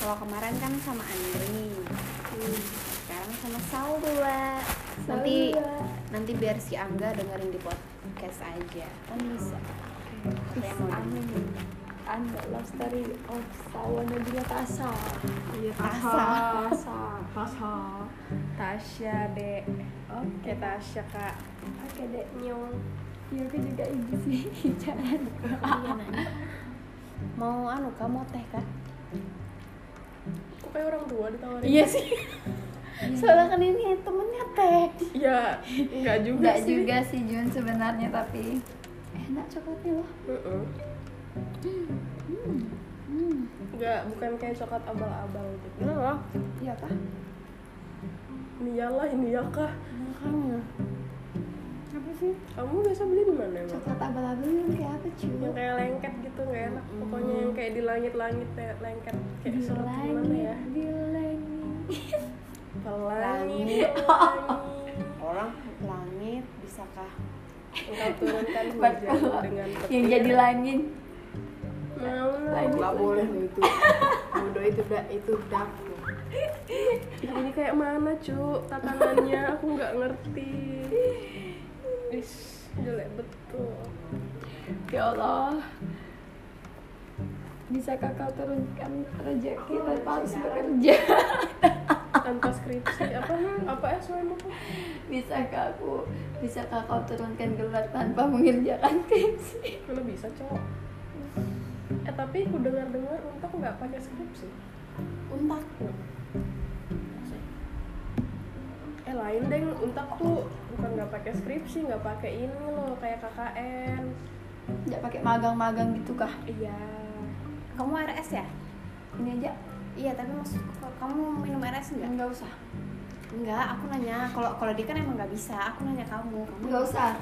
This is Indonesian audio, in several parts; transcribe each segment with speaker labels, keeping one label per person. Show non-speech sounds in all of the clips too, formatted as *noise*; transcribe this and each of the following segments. Speaker 1: Kalau kemarin kan sama Andri. Sekarang sama Salwa. Nanti nanti biar si Angga dengerin di podcast aja. Kan bisa. Apa yang mau dengerin?
Speaker 2: Amin. Anda love story of Sawa Nabila Tasa.
Speaker 3: Iya,
Speaker 2: Ah.
Speaker 1: Tasa.
Speaker 2: Tasa.
Speaker 3: Tasa.
Speaker 4: Tasya dek oke Tasya kak
Speaker 2: Oke dek nyong. Iya, aku juga ibu sih. Jangan.
Speaker 1: Iya, Nani. Mau anu kamu teh kan?
Speaker 4: kok kayak orang tua ditawarin
Speaker 2: Iya.
Speaker 1: sih. Soalnya kan ini temennya teh.
Speaker 4: ya nggak juga
Speaker 1: Enggak
Speaker 4: sih
Speaker 1: juga sih Jun.
Speaker 2: Sebenarnya tapi enak coklatnya loh.
Speaker 4: Heeh. nggak bukan kayak coklat abal-abal gitu
Speaker 1: Loh,
Speaker 2: Iya kah?
Speaker 4: nialah ini ya kah
Speaker 1: makanya. Apa sih?
Speaker 4: kamu biasa beli di mana emang
Speaker 2: Coklat abal-abal yang kayak apa cuy?
Speaker 4: yang kayak lengket gitu nggak enak
Speaker 1: Hmm.
Speaker 4: pokoknya yang kayak di langit-langit kayak lengket kayak
Speaker 2: Di
Speaker 4: surat gimana
Speaker 2: langit,
Speaker 4: ya
Speaker 2: di langit.
Speaker 4: pelangi
Speaker 1: Langit. *laughs*
Speaker 4: pelangi.
Speaker 1: Orang langit bisakah
Speaker 4: engkau turunkan hujan dengan
Speaker 1: Iya.
Speaker 4: petir
Speaker 2: langit.
Speaker 4: mau lagi
Speaker 3: Enggak boleh itu. Bodoh itu udah itu dark.
Speaker 4: ini kayak mana cu tatanannya aku nggak ngerti Is, jelek betul
Speaker 2: Ya Allah bisa kakak turunkan rezeki tanpa harus bekerja
Speaker 4: tanpa skripsi apa apa ya, SWM apa
Speaker 2: bisa aku bisa kakak turunkan gelar tanpa mengerjakan *laughs* skripsi
Speaker 4: Mana bisa cowok eh tapi aku dengar dengar untuk nggak pakai skripsi
Speaker 1: untak?
Speaker 4: eh lain deng untuk tuh bukan nggak pakai skripsi nggak pakai ini loh kayak KKN
Speaker 2: nggak pakai magang-magang gitu kah
Speaker 4: iya
Speaker 1: Kamu RS ya?
Speaker 2: ini aja
Speaker 1: Iya, tapi maksudku kalau kamu minum RS enggak?
Speaker 2: nggak usah
Speaker 1: Enggak, aku nanya. Kalau kalau dia kan emang nggak bisa. Aku nanya kamu. Kamu
Speaker 2: nggak usah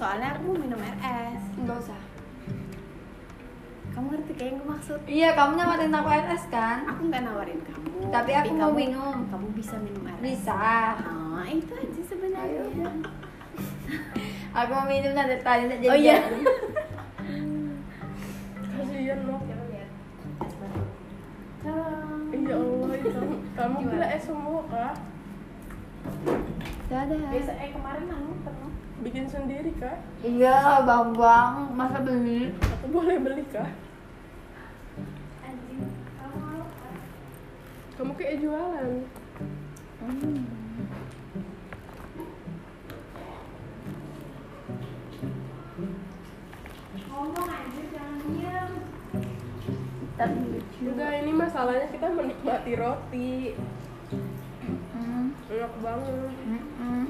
Speaker 1: Soalnya aku minum RS.
Speaker 2: nggak usah
Speaker 1: Kamu ngerti kayak yang gue maksud?
Speaker 2: iya kamu nyamatin aku RS kan
Speaker 1: Aku nggak nawarin kamu.
Speaker 2: Tapi aku mau
Speaker 1: kamu-
Speaker 2: minum.
Speaker 1: Kamu bisa minum RS.
Speaker 2: bisa
Speaker 1: Ah, itu aja sebenarnya.
Speaker 2: Ayo. aku mau minum nanti tadi jadi
Speaker 1: Oh, iya.
Speaker 4: kasian loh
Speaker 1: Tolong.
Speaker 4: ya Allah ya kamu *laughs* kamu
Speaker 1: Gimana?
Speaker 4: kira eh semua kah
Speaker 2: dadah
Speaker 1: Biasa eh kemarin kamu pernah
Speaker 4: bikin sendiri kah
Speaker 2: iya bang-bang masa beli
Speaker 4: aku boleh beli kah kamu kayak jualan
Speaker 2: tapi lucu
Speaker 4: enggak ini masalahnya kita menikmati roti
Speaker 2: Hmm.
Speaker 4: enak banget
Speaker 2: Mm-mm.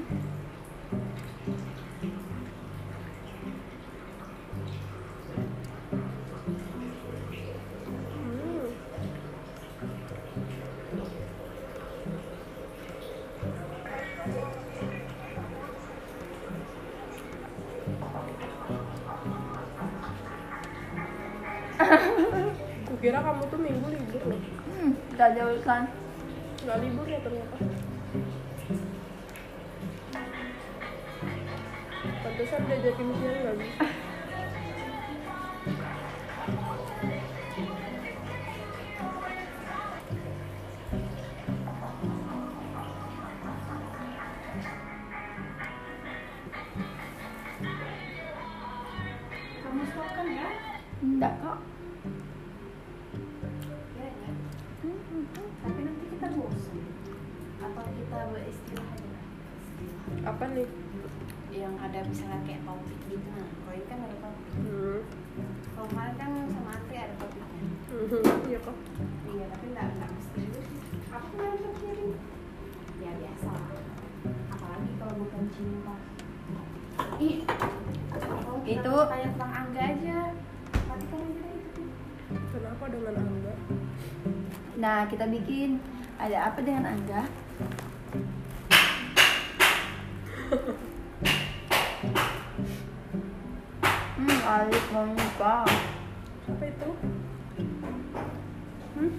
Speaker 4: hmm. Kukira kamu tuh minggu libur loh
Speaker 2: Hmm, gak ada urusan.
Speaker 4: Nggak libur ya ternyata Pantesan udah jadi ujian nggak bisa
Speaker 1: kamu stop kan ya?
Speaker 2: Enggak kok.
Speaker 1: Iya ya. Tapi nanti kita bosan. Apa kita beristirahat aja? Istirahat.
Speaker 4: Apa nih?
Speaker 1: Yang ada misalnya kayak topik gitu. Nah, kalau ini kan ada topik.
Speaker 4: Hmm.
Speaker 1: Kalau kemarin kan sama Andri ada topiknya.
Speaker 4: *laughs* Iya kok
Speaker 1: Iya, tapi nggak nggak mesti juga sih. Apa kemarin topiknya? Ya biasa. lah. Apalagi kalau bukan cinta. Ih, kalau kita
Speaker 2: Itu-
Speaker 1: tanya tentang Angga aja. Tapi kan kita itu.
Speaker 4: Kenapa dengan Angga?
Speaker 2: Nah, kita bikin ada apa dengan Angga? hmm, Alif mau nikah.
Speaker 4: Apa itu? Hmm?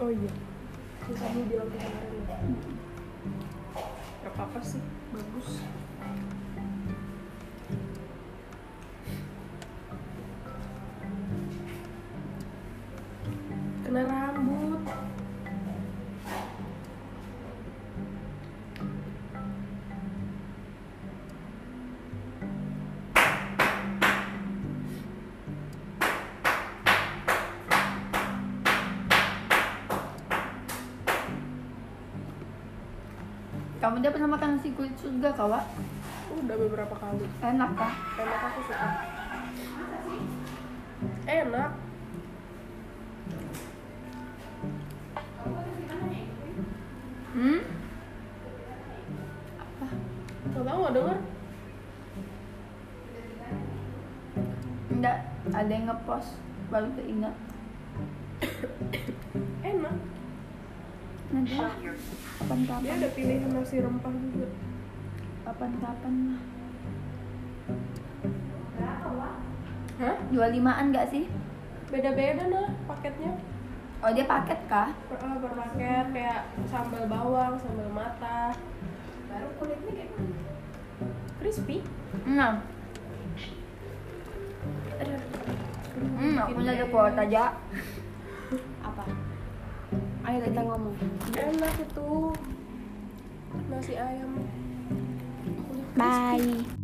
Speaker 4: Oh iya. Yang kamu bilang kemarin. Gak apa-apa sih. Bagus.
Speaker 2: Kamu dia pernah makan nasi kulit surga kak, Wak?
Speaker 4: Udah beberapa kali.
Speaker 2: Enak kah?
Speaker 4: Enak aku suka. Enak.
Speaker 2: Hmm?
Speaker 4: Gak tau gak denger?
Speaker 2: Enggak, ada yang ngepost baru keinget.
Speaker 4: Enak.
Speaker 2: Nanti lah.
Speaker 4: Dia
Speaker 2: kapan-kapan,
Speaker 4: ada pilihan nasi rempah juga.
Speaker 2: kapan-kapan lah.
Speaker 4: Hah?
Speaker 2: Dua limaan nggak sih?
Speaker 4: Beda-beda nah paketnya.
Speaker 2: Oh dia paket kah?
Speaker 4: Per, eh, per paket kayak sambal bawang, sambal mata. Baru kulitnya kayak crispy.
Speaker 2: Enam. Hmm, aku
Speaker 4: Bikin
Speaker 2: ada
Speaker 4: deh.
Speaker 2: kuota aja.
Speaker 1: Apa? Ayo kita ngomong.
Speaker 4: Enak itu nasi ayam.
Speaker 1: Bye.